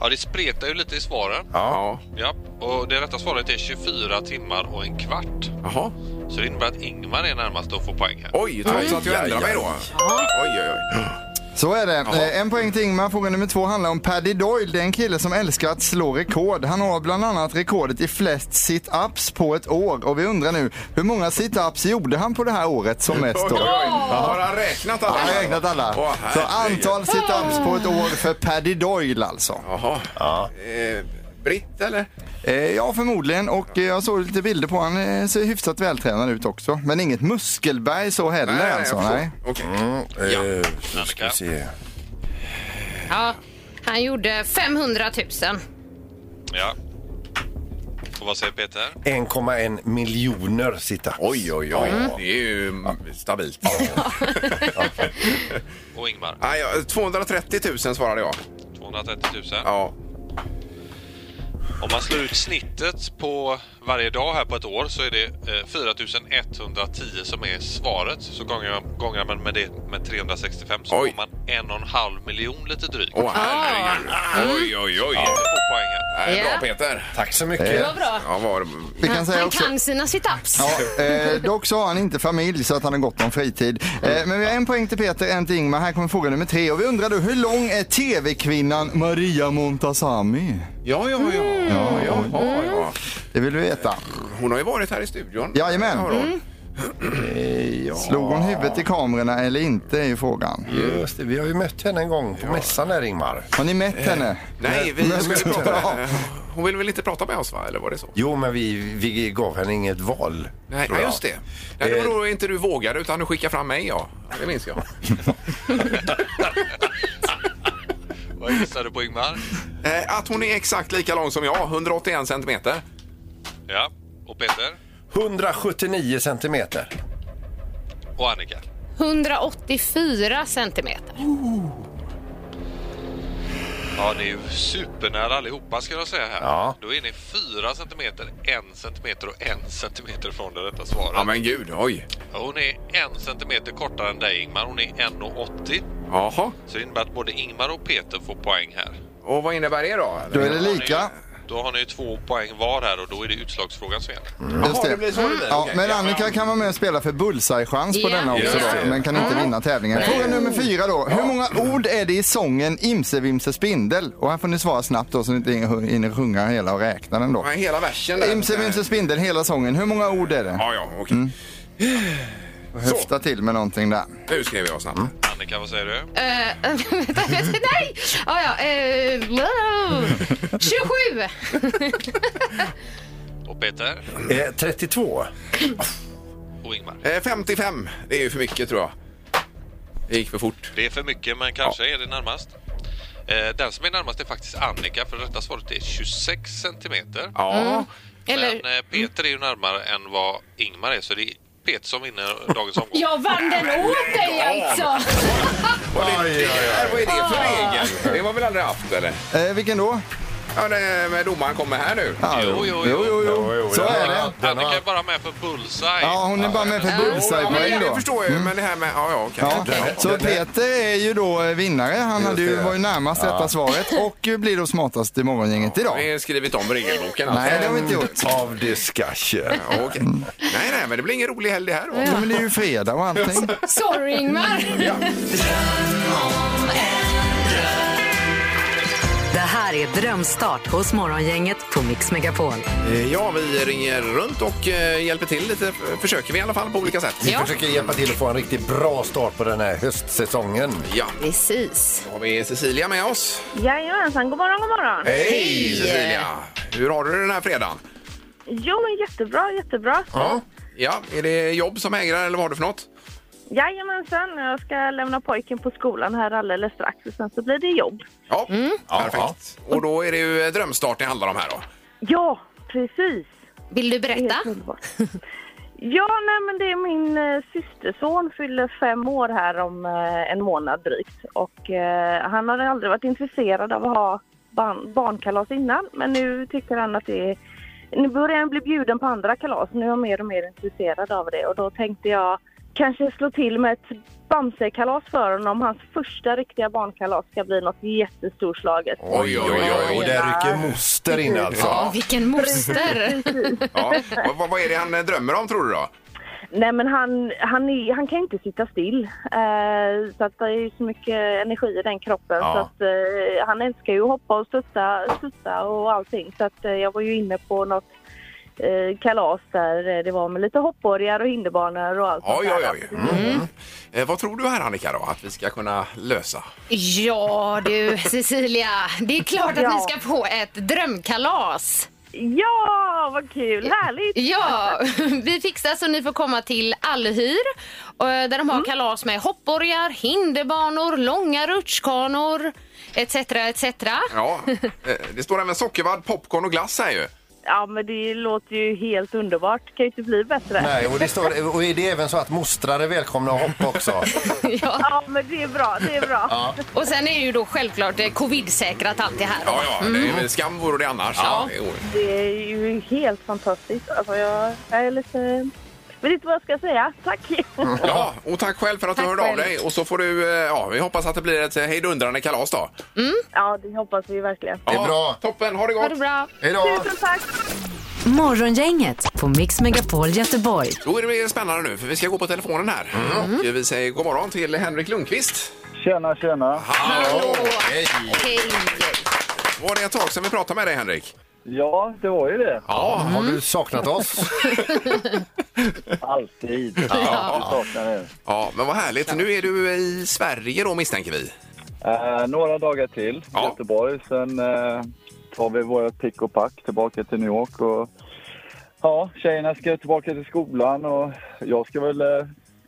K: Ja, det spretar ju lite i svaren.
D: Ja.
K: Ja, och det rätta svaret är 24 timmar och en kvart.
D: Jaha.
K: Så det innebär att Ingmar är närmast och får poäng här.
D: Oj, trots att jag ändrar mig då. Oj, oj,
G: Mm.
D: oj.
G: Så är det. Eh, En poäng till Ingmar. Fråga nummer två handlar om Paddy Doyle. Det är en kille som älskar att slå rekord. Han har bland annat rekordet i flest sit-ups på ett år. Och vi undrar nu, hur många sit-ups gjorde han på det här året som mest
D: Oj,
G: då?
D: oj, oj. Har han räknat alla?
G: Jag har räknat alla.
D: Åh,
G: Så
D: herregud.
G: antal sit-ups på ett år för Paddy Doyle alltså.
D: Jaha. Eh, Britt, eller?
G: Eh, Ja, förmodligen. Och eh, jag såg lite bilder på honom. Han eh, ser hyfsat vältränad ut också. Men inget muskelberg så heller alltså.
D: jag förstår.
G: Nej.
D: Okej.
F: ja.
D: Ja.
F: Mm, eh, ska vi se.
E: Ja, han gjorde 500 000.
K: Ja. Och vad säger
F: (laughs)
K: Peter?
F: 1,1 miljoner sitta.
D: Oj, oj, oj. Det är ju mm, stabilt.
K: Och Ingmar?
D: Nej, jag- 230 000 svarade jag.
K: 230 000.
D: Ja.
K: Om man slår ut snittet på varje dag här på ett år så är det eh, 4110 som är svaret. Så gånger, gånger man med det med 365 så
D: Oj.
K: får man en och en halv miljon lite drygt.
D: Åh, herregud. Oj, oj, oj.
K: Ingmar får poäng här.
D: Nej,
E: Ja.
D: bra, Peter.
F: Tack så mycket.
E: Det var bra.
D: Ja, var...
G: Vi kan
E: Han,
G: säga
E: han
G: också...
E: kan sina situps.
G: Ja,
E: (laughs)
G: eh, dock så har han inte familj så att han har gott om fritid. Eh,
D: Mm.
G: men vi har en poäng till Peter, en till Ingmar. Här kommer fråga nummer tre. Och vi undrar då, hur lång är TV-kvinnan Maria Montazami?
D: Ja, ja, ja. ja, ja, ja, ja.
G: Det vill vi veta.
D: Mm. Hon har ju varit här i studion.
G: Jajamän. Mm.
D: Har hon.
G: (clears throat) Slog hon huvudet i kamerorna eller inte är ju frågan.
F: Just det, vi har ju mött henne en gång på mässan där Ingmar.
G: Har ni mätt henne?
D: Nej, vi
G: Men-
D: skulle
G: (laughs) Ja.
D: prata. Hon ville väl inte prata med oss, va? Eller var det så?
F: Jo, men vi, vi gav henne inget val.
D: Nej,
F: tror
D: ja,
F: jag.
D: just det. Nej, det
F: Eh.
D: var då inte du vågade, utan du skickade fram mig, ja. Det minns jag.
K: (laughs) Vad gissar du på Ingmar?
D: Eh, Att hon är exakt lika lång som jag, 181 centimeter.
K: Ja. Och Peter?
F: 179 centimeter.
K: Och Annika?
E: 184 centimeter.
G: Oh.
K: Ja, ni är ju supernära allihopa ska jag säga här.
F: Ja.
K: Då är ni 4 centimeter, 1 centimeter och 1 centimeter från det rätta svaret.
D: Ja, men gud, oj.
K: Hon är 1 centimeter kortare än dig Ingmar, hon är 1,80.
D: Jaha.
K: Så det innebär att både Ingmar och Peter får poäng här.
D: Och vad innebär det då?
G: Då är det lika.
K: Då har ni ju två poäng var här och då är det utslagsfrågan som gäller.
G: Mm, Just
D: det blir så det blir.
G: Ja,
D: Okej.
G: men Annika kan vara med och spela för bullseye-chans på
E: Ja.
G: denna också
D: Just
G: då,
D: det.
G: men kan inte vinna tävlingen. Fråga nummer fyra då. Hur många ord är det i sången Imse Vimse Spindel? Och här får ni svara snabbt då så ni inte hinner sjunga hela och räkna den då.
D: Ja, Hela versen där.
G: Imse Vimse Spindel, hela sången. Hur många ord är det?
D: Ja, ja, okej.
G: Mm. höfta till med någonting där.
D: Nu skrev jag snabbt.
G: Mm.
K: Annika, vad säger du?
E: Eh, (laughs) vänta, vänta, nej! Ah, ja, eh, wow. 27!
K: Och Peter?
F: Eh, 32.
K: Och Ingmar?
D: Eh, 55, det är ju för mycket tror jag. Det gick för fort.
K: Det är för mycket, men kanske är det närmast. Eh, Den som är närmast är faktiskt Annika, för det rätta svaret är 26 centimeter.
D: Ja,
E: Eller,
K: Men eh, Peter är ju närmare än vad Ingmar är, så det är Peter som vinner dagens omgång.
E: jag vann den åt dig alltså!
D: Eh, vad är det för regel? Det var väl aldrig haft eller?
G: Eh, vilken då?
D: Ja, det, men domaren kommer här nu.
G: Ah,
K: Jo, jo, jo.
G: Så är det.
K: Annika är bara med för bullseye.
G: Ja, hon är bara med för bullseye-poäng
D: det
G: då. Mm.
D: förstår jag ju, men det här med... Ja, ja, okej.
G: Ja, så Peter är ju då eh, vinnare. Han hade ju,
F: det.
G: var ju närmast rätta svaret och eh, blir då smartast i morgongänget
D: Vi
G: idag.
D: har skrivit om regelboken alltså.
G: Nej, det har vi inte gjort.
F: Av discussion.
D: Ja, okej. Nej, nej, men det blir ingen rolig helg det här då.
G: Ja, men det är ju fredag och allting.
E: Sorry Ingmar!
C: Det här är Drömstart hos Morgongänget på Mix Megapol.
D: Eh, Ja, vi ringer runt och eh, hjälper till lite. f- Försöker vi i alla fall på olika sätt.
F: Vi försöker hjälpa till att få en riktigt bra start på den här höstsäsongen.
D: Ja,
E: Precis.
D: då har vi Cecilia med oss.
B: Jajamensan, god morgon, god morgon.
D: Hej Cecilia! Hur har du den här fredagen?
B: Jo, men jättebra, jättebra.
F: Ja.
D: Ja, är det jobb som ägrar eller vad har du för något?
B: Jajamensan, jag ska lämna pojken på skolan här alldeles strax och sen så blir det jobb.
D: Ja, perfekt. Och då är det ju eh, drömstart det handlar om här då.
B: Ja, precis.
E: Vill du
B: Helt
E: berätta?
B: underbart. Ja, nej, men det är min eh, systerson fyller fem år här om eh, en månad drygt. Och eh, han har aldrig varit intresserad av att ha barn, barnkalas innan, men nu tycker han att det är nu börjar han bli bjuden på andra kalas. Nu är jag mer och mer intresserad av det och då tänkte jag kanske slå till med ett Bamse-kalas för honom om hans första riktiga barnkalas ska bli något jättestorslaget.
D: Oj, oj, oj.
F: Och där rycker moster in alltså.
E: Ja, vilken moster!
D: Ja. Vad- vad, vad är det han eh, drömmer om tror du då?
B: Nej, men han, han, är, han kan inte sitta still. Eh, så att det är ju så mycket energi i den kroppen.
F: Ja.
B: Så att, eh, han älskar ju att hoppa och studsa, studsa och allting. Så att, eh, jag var ju inne på något eh, kalas där eh, det var med lite hoppborgar och hinderbanor och allt sånt
D: Oj,
B: där.
D: oj, oj. Mm. Eh, vad tror du här Annika då att vi ska kunna lösa?
E: Ja du Cecilia, det är klart att
B: Ja.
E: ni ska få ett drömkalas.
B: Ja, vad kul! Härligt!
E: Ja, vi fixar så ni får komma till Allhyr eh, där de har
B: Mm.
E: kalas med hoppborgar, hinderbanor, långa rutschkanor etc. etc.
D: Ja, eh, det står även sockervadd, popcorn och glass här ju.
B: Ja, men det låter ju helt underbart. Det kan ju inte bli bättre.
F: Nej, och, det står, och är det även så att mostrar är välkomna att hoppa
D: (laughs)
F: också?
E: (laughs) Ja.
B: Ja, men det är bra. Det är bra.
E: Och sen är ju då självklart eh, covid-säkrat allt det här.
D: Ja, ja, det är väl skam vore det annars. Mm. Ja. jo.
B: Det är ju helt fantastiskt. Alltså, jag, jag är lite... vet inte vad jag ska säga. Tack!
D: Ja, och tack själv för att du
E: Tack
D: hörde av
E: själv.
D: dig. Och så får du, eh, ja, vi hoppas att det blir ett eh, hejdundrande kalas då.
B: Ja, det hoppas vi verkligen.
D: Ja,
F: Mm. är bra.
D: Toppen, ha det gott!
E: Ha det bra.
F: Hej då!
B: Tusen tack!
C: Morgongänget på Mix Megapol Göteborg.
D: Då är det mer spännande nu, för vi ska gå på telefonen här. Och eh, vi säger god morgon till Henrik Lundqvist.
A: Tjena, tjena.
D: Hallå!
F: Hej!
E: Hej.
D: Var det ett tag sedan vi pratade med dig, Henrik?
A: Ja, det var ju det.
D: Ja.
F: Har
E: Mm.
F: du saknat oss?
A: (laughs) Alltid. Du saknar det.
D: ja, men vad härligt. Nu är du i Sverige då, misstänker vi.
A: Eh, några dagar till
D: Ja.
A: Göteborg. Sen eh, tar vi våra pick och pack tillbaka till New York. Och, ja, tjejerna ska tillbaka till skolan och jag ska väl eh,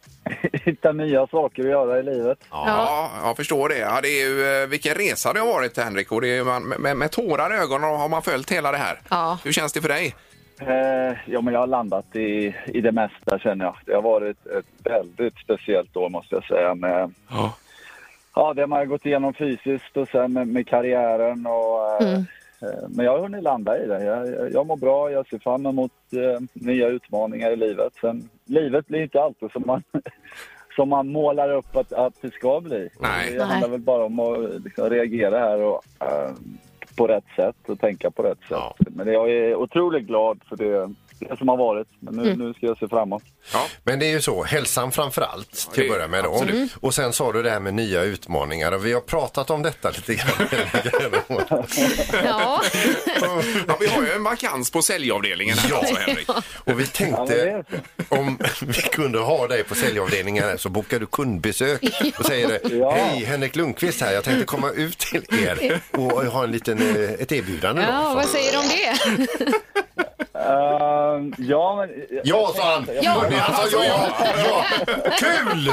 A: (laughs) hitta nya saker att göra i livet.
D: Ja, jag förstår det. Ja, det är ju, eh, vilken resa det har varit, Henrik. Och det är, ju- man, med, med tårar i ögonen har man följt hela det här.
E: Ja.
D: Hur känns det för dig?
A: Eh, ja, men jag har landat i, i det mesta känner jag. Det har varit ett väldigt speciellt år måste jag säga. Med,
D: Ja.
A: ja, det man har gått igenom fysiskt och sen med, med karriären. Och, eh, eh, Men jag har hunnit landa i det. Jag, jag- jag mår bra, jag ser fram emot eh, nya utmaningar i livet. Sen, livet blir inte alltid som man, (laughs) som man målar upp att, att det ska bli.
D: Nej.
A: Det handlar väl bara om att liksom, reagera här och, eh, på rätt sätt och tänka på rätt sätt. Men jag är otroligt glad för det, det som har varit. Men nu, nu ska jag se framåt.
F: Men det är ju så, hälsan framför allt till att
D: det-
F: börja med då.
D: absolut. Mm.
F: Och sen sa du det här med nya utmaningar och vi har pratat om detta lite (laughs) grann.
E: Ja.
D: Ja, vi har ju en vakans på säljavdelningen här alltså, Henrik.
F: och vi
A: Ja, men det är
F: tänkte
A: så.
F: om (laughs) vi kunde ha dig på säljavdelningen här så bokar du kundbesök och säger det,
A: Ja.
F: hej Henrik Lundqvist här, jag tänkte komma ut till er och ha en liten, eh, ett erbjudande
E: ja,
F: då.
E: vad säger du om det?
A: Ehm, ja, men...
F: Ja, sa han!
E: Ja.
F: Hörde jag? Han sa ja! ja. Kul!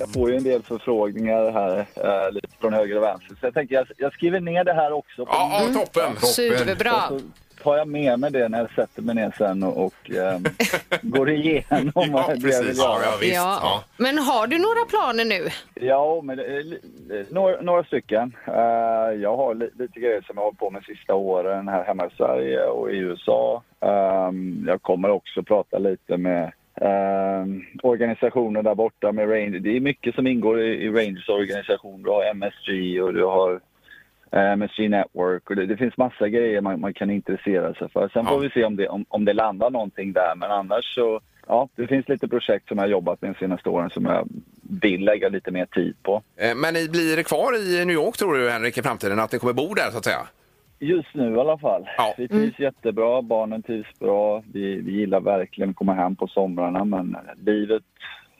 A: Jag får ju en del förfrågningar här eh, lite från höger och vänster. Så jag tänker jag, jag skriver ner det här också. på
D: Ja, ja toppen.
E: Superbra.
A: Så tar jag med mig det när jag sätter mig ner sen och, och
F: (laughs)
A: ehm, går igenom
D: Ja,
A: vad det jag vill
D: precis.
A: göra.
F: Ja, ja, visst. Ja.
E: Ja. Men har du några planer nu?
A: Ja, men det är li- eh, några, några stycken. Eh, jag har li, lite grejer som jag har hållit på med sista åren här hemma i Sverige och i USA. Ehm, jag kommer också prata lite med ehm, organisationer där borta med Range. Det är mycket som ingår i, i Rangers organisation. Du har MSG och du har eh, MSG Network och det, det finns massa grejer man, man kan intressera sig för. Sen
D: Ja.
A: får vi se om det, om, om det landar någonting där, men annars så Ja, det finns lite projekt som jag har jobbat med de senaste åren som jag vill lägga lite mer tid på.
D: Eh, Men ni blir kvar i New York tror du, Henrik, i framtiden? Att ni kommer bo där, så att säga?
A: Just nu i alla fall.
D: Ja.
A: Vi trivs jättebra, barnen trivs bra. Vi, vi gillar verkligen att komma hem på somrarna men livet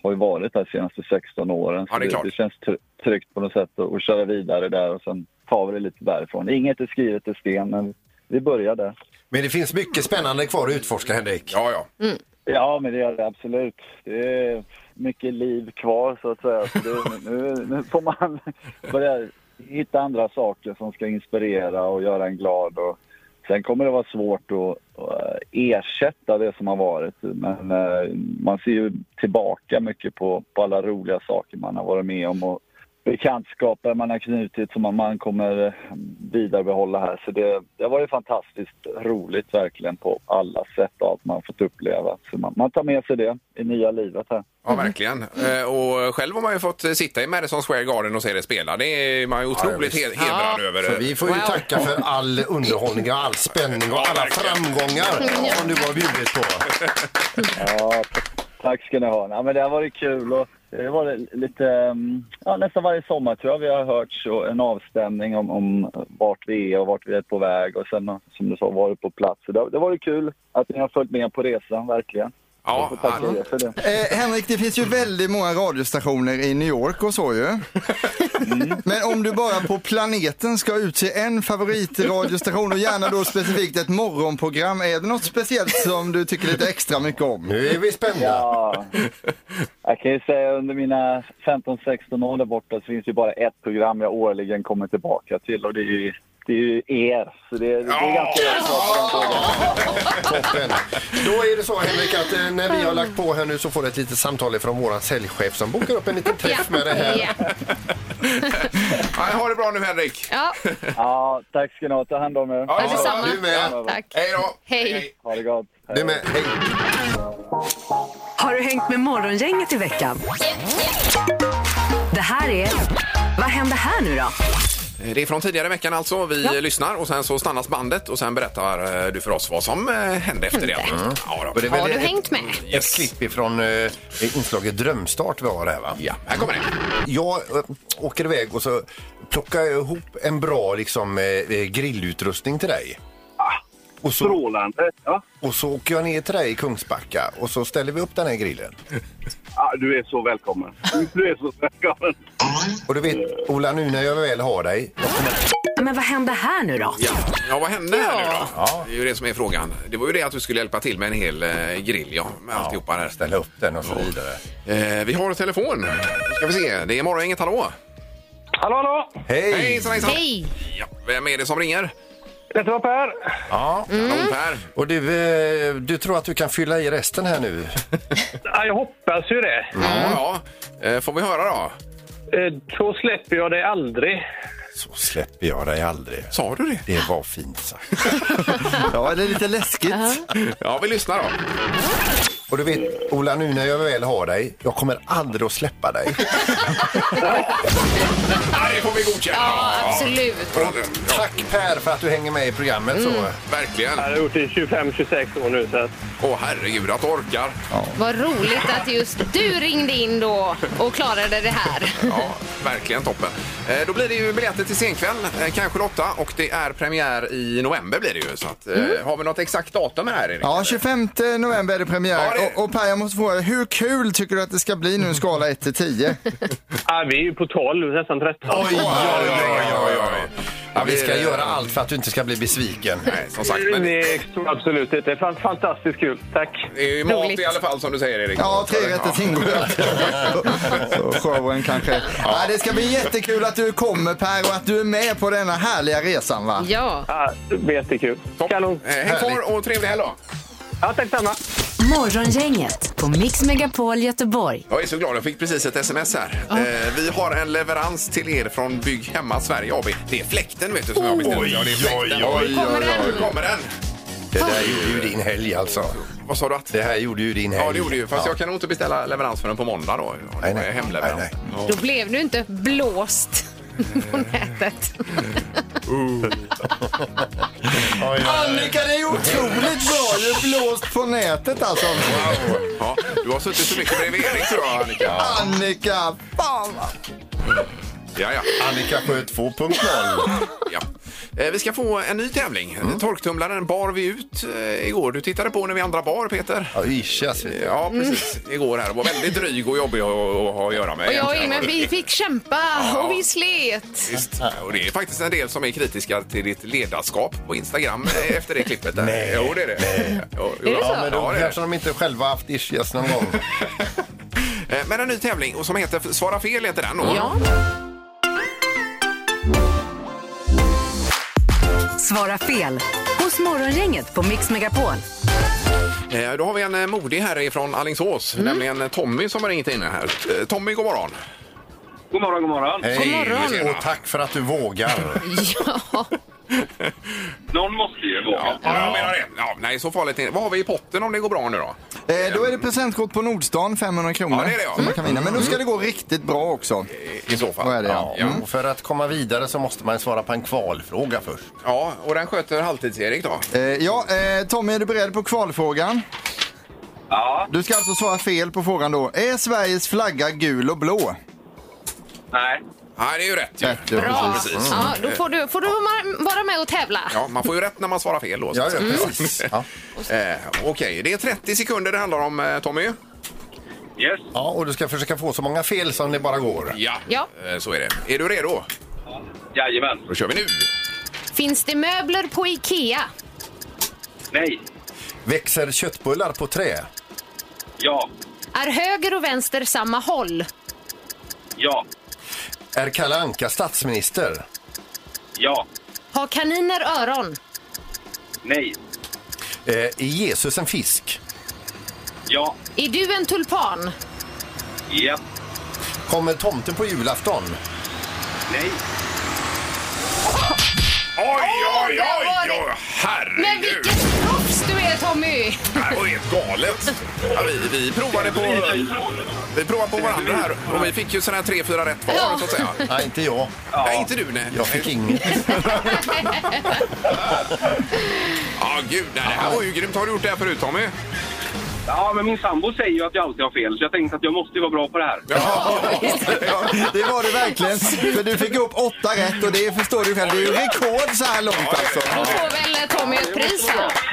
A: har ju varit här de senaste 16 åren.
D: Ja, det är klart.
A: det, känns tr- tryggt på något sätt att, att köra vidare där och sen tar vi det lite därifrån. Inget är skrivet i sten men vi börjar där.
F: Men det finns mycket spännande kvar att utforska Henrik.
D: Ja, ja.
A: Ja, men det gör det absolut. Det är mycket liv kvar så att säga. Så det, nu, nu får man (laughs) börja hitta andra saker som ska inspirera och göra en glad. Och, sen kommer det vara svårt att, att ersätta det som har varit. Men eh, man ser ju tillbaka mycket på, på alla roliga saker man har varit med om och bekantskaper man har knutit som man- man kommer vidarebehålla här. Så det, det har varit fantastiskt roligt verkligen på alla sätt och allt man har fått uppleva. Så man, man tar med sig det i nya livet här.
D: Ja,
E: Mm.
D: verkligen. Eh, Och själv har man ju fått sitta i Madison Square Garden och se det spela. Det är man ju otroligt he- hedrad över.
F: Så vi får ju
E: Wow.
F: tacka för all underhållning och all spänning och alla framgångar som du har bjudit på.
A: Ja, tack ska ni ha. Ja, men det har varit kul. Och det var lite, mm, ja, nästan varje sommar tror jag vi har hört så en avstämning om, om vart vi är och vart vi är på väg. Och sen som du sa, varit på plats. Så det, har- det har varit kul att ni har följt med på resan, verkligen.
D: Ja,
A: Och tack så mycket för det.
G: Eh, Henrik, det finns ju väldigt många radiostationer i New York och så ju.
D: Mm.
G: Men om du bara på planeten ska utse en favoritradiostation och gärna då specifikt ett morgonprogram. Är det något speciellt som du tycker lite extra mycket om?
F: Nu är vi spända.
A: Ja. Jag kan ju säga under mina 15-16 år där borta så finns det ju bara ett program jag årligen kommer tillbaka till och det är ju, det är ju er. Så det, det är ganska lätt svar på den frågan.
F: Toppen. Då är det så Henrik att eh, när vi har lagt på här nu så får du ett litet samtal ifrån våran säljchef som bokar upp en liten träff med det här.
E: Ja.
D: Ja, ha det bra nu, Henrik.
E: Ja.
A: Ja, tack ska ni ha. Ta hand om er.
D: Ja,
E: detsamma.
F: Du med.
E: Tack.
D: Hej då!
E: Hej.
A: Ha det gott. Hej.
F: Du med. Hej.
C: Har du hängt med Morgongänget i veckan? Det här är... Vad händer här nu då?
D: Det är från tidigare veckan alltså. Vi lyssnar och sen så stannas bandet och sen berättar eh, du för oss vad som eh, hände efter det. Mm. Ja,
F: Och
D: då.
F: det är
E: Har
F: väl
E: du
F: ett,
E: hängt med?
F: ett klipp ifrån eh, inslaget Drömstart vi har här va?
D: Ja, här kommer det.
F: jag eh, åker iväg och så plockar jag ihop en bra liksom, eh, eh, grillutrustning till dig. Och så,
J: Ah, Strålande. Ja.
F: och så åker jag ner till dig i Kungsbacka och så ställer vi upp den
J: (laughs)
F: här grillen.
I: Ah,
J: Ja, du är så välkommen. Du är så välkommen.
F: Och du vet, Ola, nu när jag väl har dig...
C: Men vad händer här nu då?
D: Ja, ja vad hände här nu då? Det är ju det som är frågan. Det var ju det att du skulle hjälpa till med en hel eh, grill, ja, med alltihopa där.
F: Ställa upp den och så vidare.
D: Eh, vi har en telefon. Då ska vi se. Det är morgongänget, hallå?
J: Hallå, hallå!
F: Hej!
D: Hej, hejsan, hejsan.
E: Hej!
D: Ja, vem är det som ringer?
J: Detta var Per.
F: Ja.
D: Hallå Per.
F: Och du, eh, du tror att du kan fylla i resten här nu?
J: Ja, jag hoppas ju det.
D: Ja, ja. Eh, får vi höra då?
J: Eh, Så släpper jag dig aldrig.
F: Så släpper jag dig aldrig.
D: Sa du det?
F: Det var fint sagt.
G: Ja, det är lite läskigt.
D: Ja, vi lyssnar då.
F: Och du vet, Ola, nu när jag väl har dig, jag kommer aldrig att släppa dig.
D: Nej, det får vi godkänna.
E: Ja, absolut.
D: Bra. Ja, Mm.
F: Tack Per för att du hänger med i programmet. Så.
D: verkligen.
J: Jag har gjort det i 25-26 år nu. Så att...
D: Åh, herregud att du orkar.
E: Vad roligt att just du ringde in då och klarade det här.
D: Ja, verkligen toppen. Eh, Då blir det ju biljetter till senkväll, eh, kanske Lotta, och det är premiär i november blir det ju. Så att, eh, Har vi något exakt datum här, Erik?
G: Ja, 25 november är det premiär.
D: Ja, det-
G: Och, och Per, jag måste fråga, hur kul tycker du att det ska bli nu i skala 1 till 10?
J: ah, vi är ju på 12, nästan 13.
D: Oj, oj, oj, oj, oj.
F: Ja, vi ska göra allt för att du inte ska bli besviken.
D: Nej, som sagt, men det
J: Nej, tror jag absolut inte. Det är fan- Fantastiskt kul. Tack.
D: är ju mat
E: Roligt.
D: i alla fall som du säger, Erik.
G: Ja, tre rätter
D: Ja.
G: ingår ju alltid. (laughs) Så showen kanske. Ja, det ska bli jättekul att du kommer Per och att du är med på denna härliga resan va?
E: Ja.
J: Ah, jättekul.
D: Topp.
J: Kanon.
D: (laughs) Eh, Häng kvar och trevlig helg då.
J: Ja, tack samma.
C: Morgongänget på Mix Megapol Göteborg.
D: Jag är så glad, jag fick precis ett sms här. Eh, vi har en leverans till er från Bygg Hemma Sverige AB. Det är fläkten vet du som jag beställde. Oj, oj, oj, oj,
E: Kommer den?
D: Nu kommer den!
F: Det där gjorde ju din helg alltså.
D: Vad sa du att?
F: Det här gjorde ju din helg.
D: Ja, det gjorde ju. Fast
F: Ja.
D: jag kan nog inte beställa leverans förrän på måndag då. Det
F: Nej,
D: var
F: nej.
D: Hemleverans.
F: Nej,
E: Då blev du inte blåst på nätet.
G: Annika, det är otroligt bra! Du är blåst på nätet alltså.
D: Wow. Ja, du har suttit så mycket bredvid Erik tror jag, Annika.
G: Annika, fan vad...
D: Ja, ja.
F: Annika Sjö 2.0.
D: ja. Eh, Vi ska få en ny tävling.
F: Mm.
D: Torktumlaren bar vi ut eh, igår. Du tittade på när vi andra bar, Peter.
F: Ja, alltså. yschas.
D: Ja, precis. Igår här. Det var väldigt dryg och jobbig att, att ha att göra med.
E: Och jag och
D: egentligen.
E: Ingmar, vi fick kämpa och vi slet.
D: Visst. Och det är faktiskt en del som är kritiska till ditt ledarskap på Instagram eh, efter det klippet. Där.
F: Nej.
D: Jo, det är det. Jo, jo,
E: Är det
F: Ja, men då
D: Ja, det är det.
F: kanske de inte själva haft ischias någon gång.
D: (laughs) Eh, Men en ny tävling och som heter Svara fel heter den. då.
E: Ja.
C: Svara fel hos Morgongänget på Mix Megapol.
D: Eh, Då har vi en eh, modig herre ifrån Alingsås,
F: Mm.
D: nämligen eh, Tommy som har ringt in här. Eh, Tommy, god morgon.
J: God morgon, god morgon.
F: Hej och tack för att du vågar.
D: (laughs)
E: ja.
J: (laughs) Någon måste ju våga.
D: Ja, jag menar det. Ja, nej, så farligt är det. Vad har vi i potten om det går bra nu då?
G: Eh, då är det presentkort på Nordstan, 500 kronor.
D: Ja, det är det, ja. Mm.
G: Som man kan vinna. Men då ska det gå riktigt bra också.
D: I- I så fall.
G: Så är det,
D: ja.
G: ja.
D: Ja.
F: Och Mm. för att komma vidare så måste man svara på en kvalfråga först.
D: ja, och den sköter Halvtids-Erik då.
G: Eh, ja, eh, Tommy, är du beredd på kvalfrågan?
J: Ja.
G: Du ska alltså svara fel på frågan då. Är Sveriges flagga gul och blå? (laughs)
J: Nej.
D: Nej, det är ju rätt ju.
G: Rätt, ja,
D: Ja,
E: Bra.
D: precis.
F: Mm.
D: Eh, Mm.
E: Ja, då får du, får du vara- vara med och tävla.
D: Ja, man får ju rätt när man svarar fel då. så
F: Ja,
D: att
F: ja,
D: säga.
F: precis. Ja.
D: (laughs) Eh, Okej, det är 30 sekunder det handlar om, eh, Tommy.
J: Yes.
F: ja, och du ska försöka få så många fel som det bara går.
D: Ja.
E: Ja.
D: Eh, Så är det. Är du redo?
J: Jajamän.
D: Då kör vi nu.
E: Finns det möbler på Ikea?
J: Nej.
F: Växer köttbullar på trä?
J: Ja.
E: Är höger och vänster samma håll?
J: Ja.
F: Är Kalle Anka statsminister?
J: Ja.
E: Har kaniner öron?
J: Nej.
F: Eh, är Jesus en fisk?
J: Ja.
E: Är du en tulpan?
J: Ja.
F: Kommer tomten på julafton?
J: Nej.
D: Oj, oj,
E: där var det.
D: Herregud!
E: Men vilket proffs du är Tommy!
D: Det här var helt galet. Ja, vi, vi provade på... Vi provade på varandra här och vi fick ju sådana här tre, fyra rätt var
E: Ja.
D: så att säga.
F: Nej, inte jag.
D: Nej, inte du nej.
F: Jag fick inget.
D: (laughs) Ja, gud, nej, det här var ju grymt. Har du gjort det här förut Tommy?
J: Ja, men min sambo säger ju att jag alltid har fel, så jag tänkte att jag måste ju vara bra på det här.
D: Ja,
G: Ja, det var det verkligen. För du fick upp åtta rätt och det förstår du själv. Det är ju rekord så här långt alltså.
E: Då får väl Tommy ett pris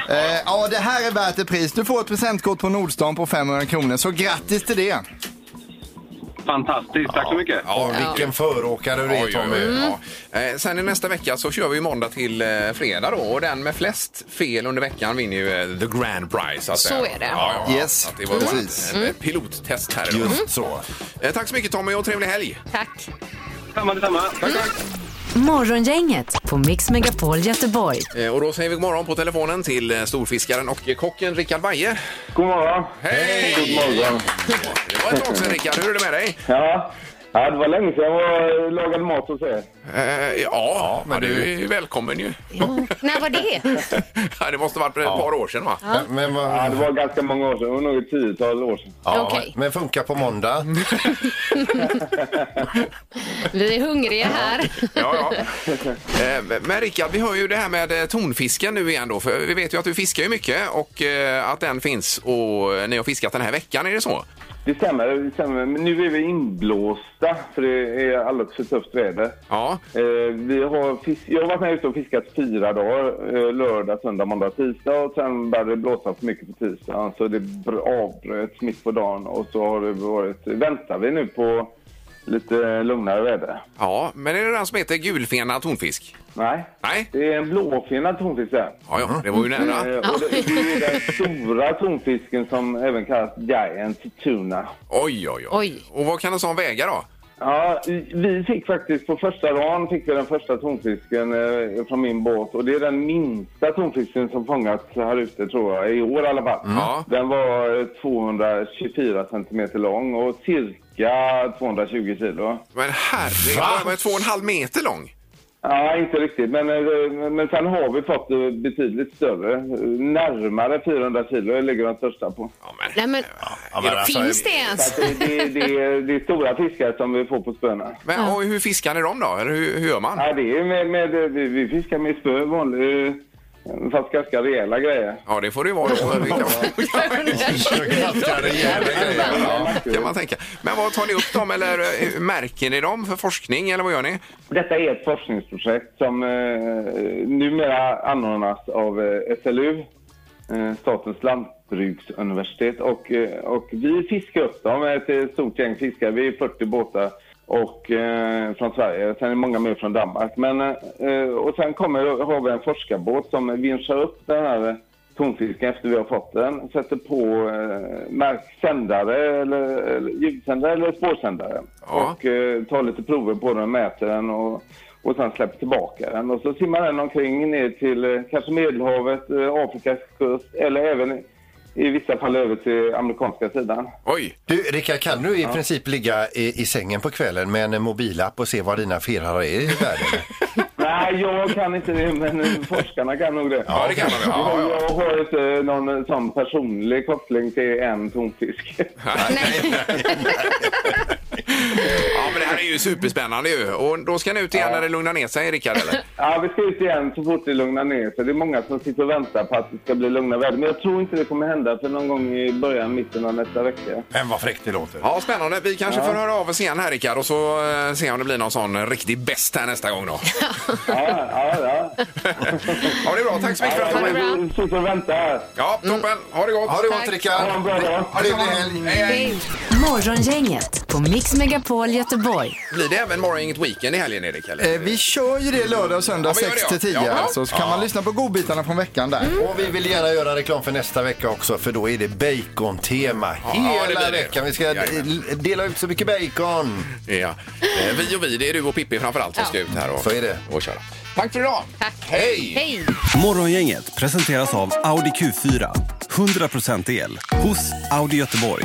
E: här.
G: Eh, ja, det här är värt ett pris. Du får ett presentkort på Nordstan på 500 kronor. Så grattis till det.
J: Fantastiskt. Tack så mycket.
F: Ja, vilken föråkare du är,
D: oj, oj,
F: Tommy.
D: oj. Ja. Eh, Sen i nästa vecka så kör vi ju måndag till eh, fredag då och den med flest fel under veckan vinner ju eh, the grand prize. Så, att
E: Så
D: säga.
E: är det.
D: Ja, ja,
G: Yes,
D: så att det var
G: precis.
D: ett, ett pilottest här idag.
F: Just så.
D: Eh, Tack så mycket Tommy och trevlig helg!
E: Tack.
J: Samma, detsamma.
D: Tack, tack.
C: Morgongänget på Mix Megapol Göteborg.
D: Eh, Och då säger vi god morgon på telefonen till eh, storfiskaren och kocken Rickard Weijer.
J: God morgon.
D: Hej! God morgon. Det var ett tag sedan Rickard, hur är det med dig?
J: Ja,
I: Ja, det var länge sedan jag var, lagade mat hos er.
D: Eh, ja, ja, men du är välkommen ju. (laughs)
E: När var det?
D: Ja, det måste varit ett par år sedan va?
E: Ja.
F: Men vad...
I: Ja, det var ganska många år sedan. Det var nog ett tiotal år sedan.
F: Ja,
E: Okej.
F: Men funkar på måndag.
E: Vi är hungriga här.
D: Ja, ja. Eh, Men Rickard, vi hör ju det här med eh, tonfisken nu igen då. För vi vet ju att du fiskar ju mycket och eh, att den finns och eh, ni har fiskat den här veckan, är det så?
I: Det stämmer, det stämmer. Men nu är vi inblåsta för det är alldeles för tufft väder.
D: Ja.
I: Eh, vi har fis- jag har varit med ute och fiskat fyra dagar. Eh, lördag, söndag, måndag, tisdag. Och sen började det blåsa för mycket på tisdagen så det br- avbröts mitt på dagen. Och så har det varit, väntar vi nu på lite lugnare väder.
D: Ja, men är det den som heter gulfenad tonfisk?
I: Nej.
D: Nej.
I: Det är en blåfenad tonfisk där.
D: Ja, ja, det var ju
I: Eh,
D: nära.
I: och det, det är den stora tonfisken som även kallas giant tuna.
D: Oj, oj, oj. Och vad kan en sån väga då?
I: Ja, vi fick faktiskt på första dagen fick vi den första tonfisken eh, från min båt och det är den minsta tonfisken som fångats här ute tror jag, i år i alla fall.
D: Mm. Ja.
I: Den var eh, 224 centimeter lång och cirka 220 kilo.
D: Men herregud, den var två och en halv meter lång.
I: Ja, inte riktigt. Men, eh, men sen har vi fått eh, betydligt större. Eh, Närmare 400 kilo ligger den största på.
E: Nej, men,
I: men alltså,
E: finns det ens?
I: Så att det, det, det, det är stora fiskar som vi får på spöna.
D: Men och hur fiskar ni dem då? Eller hur, hur gör man?
I: Ja, det är med, med, vi, vi fiskar med spö, vanlig, eh, fast ganska rejäla grejer.
D: Ja, det får det ju
I: (laughs)
D: vara då. Rickard. kan man tänka. Men vad tar ni upp dem eller eh, märker ni dem för forskning eller vad gör ni?
I: Detta är ett forskningsprojekt som eh, numera anordnas av eh, SLU, eh, Statens lantbruksuniversitet. Och, eh, och vi fiskar upp dem, ett eh, stort gäng fiskare. Vi är 40 båtar och, eh, från Sverige. Sen är det många mer från Danmark. Men, eh, och sen kommer, har vi en forskarbåt som vinschar upp den här tonfisken efter vi har fått den. Sätter på eh, märksändare, eller, eller ljudsändare eller spårsändare. Och eh, tar lite prover på den, mäter den och, och sen släpper tillbaka den. Och så simmar den omkring ner till eh, kanske Medelhavet, eh, Afrikas kust eller även i vissa fall över till amerikanska sidan.
D: (laughs) Oj!
F: Du, Rickard, kan du i princip ligga i, i sängen på kvällen med en mobilapp och se vad dina firrar är i
I: (laughs)
F: världen?
I: Nej, jag kan inte det, men eh, forskarna kan nog det.
D: Ja, det kan man väl. Ja,
I: Jag, jag har inte någon eh, sån personlig koppling till en tonfisk.
D: Ja, men det här är ju superspännande ju. Och då ska ni ut igen när det lugnar ner sig, Rickard, eller?
I: (laughs) Ja, vi ska ut igen så fort det lugnar ner sig. Det är många som sitter och väntar på att det ska bli lugna väder. Men jag tror inte det kommer hända för någon gång i början, mitten av nästa
D: (laughs)
I: vecka.
F: Men vad fräckt det låter.
D: Ja, spännande. Vi kanske får höra av oss igen här, Rickard, och så eh, se om det blir någon sån riktig bäst här nästa gång då.
I: Ja, ja, ja.
D: Ja, det är bra. Tack så mycket för att du var med.
I: Vi sitter och väntar här.
D: Ja, toppen. Ha det gott.
F: Ha det gott, Rickard!
I: Ha en bra dag.
F: Trevlig helg!
D: Hej, hej.
C: Morgongänget på Mix Megapol Göteborg.
D: Blir det även morgongänget Weekend i helgen, Erik? Eller?
G: Eh, Vi kör ju det lördag och söndag
D: Ja, vi gör det,
G: 6 till 10
D: ja. Mm. Ja.
G: alltså, så kan man lyssna på godbitarna från veckan där.
F: Och vi vill gärna göra reklam för nästa vecka också för då är det bacontema
D: det blir
F: hela
D: det.
F: veckan. Vi ska
D: Jajamän.
F: l- dela ut så mycket bacon.
D: Ja. Eh, Vi och vi, det är du och Pippi framförallt som ska ut här och,
F: Så är det.
D: och köra. Tack för idag! Hej!
E: Hej!
L: Morgongänget presenteras av Audi Q4. 100% el hos Audi Göteborg.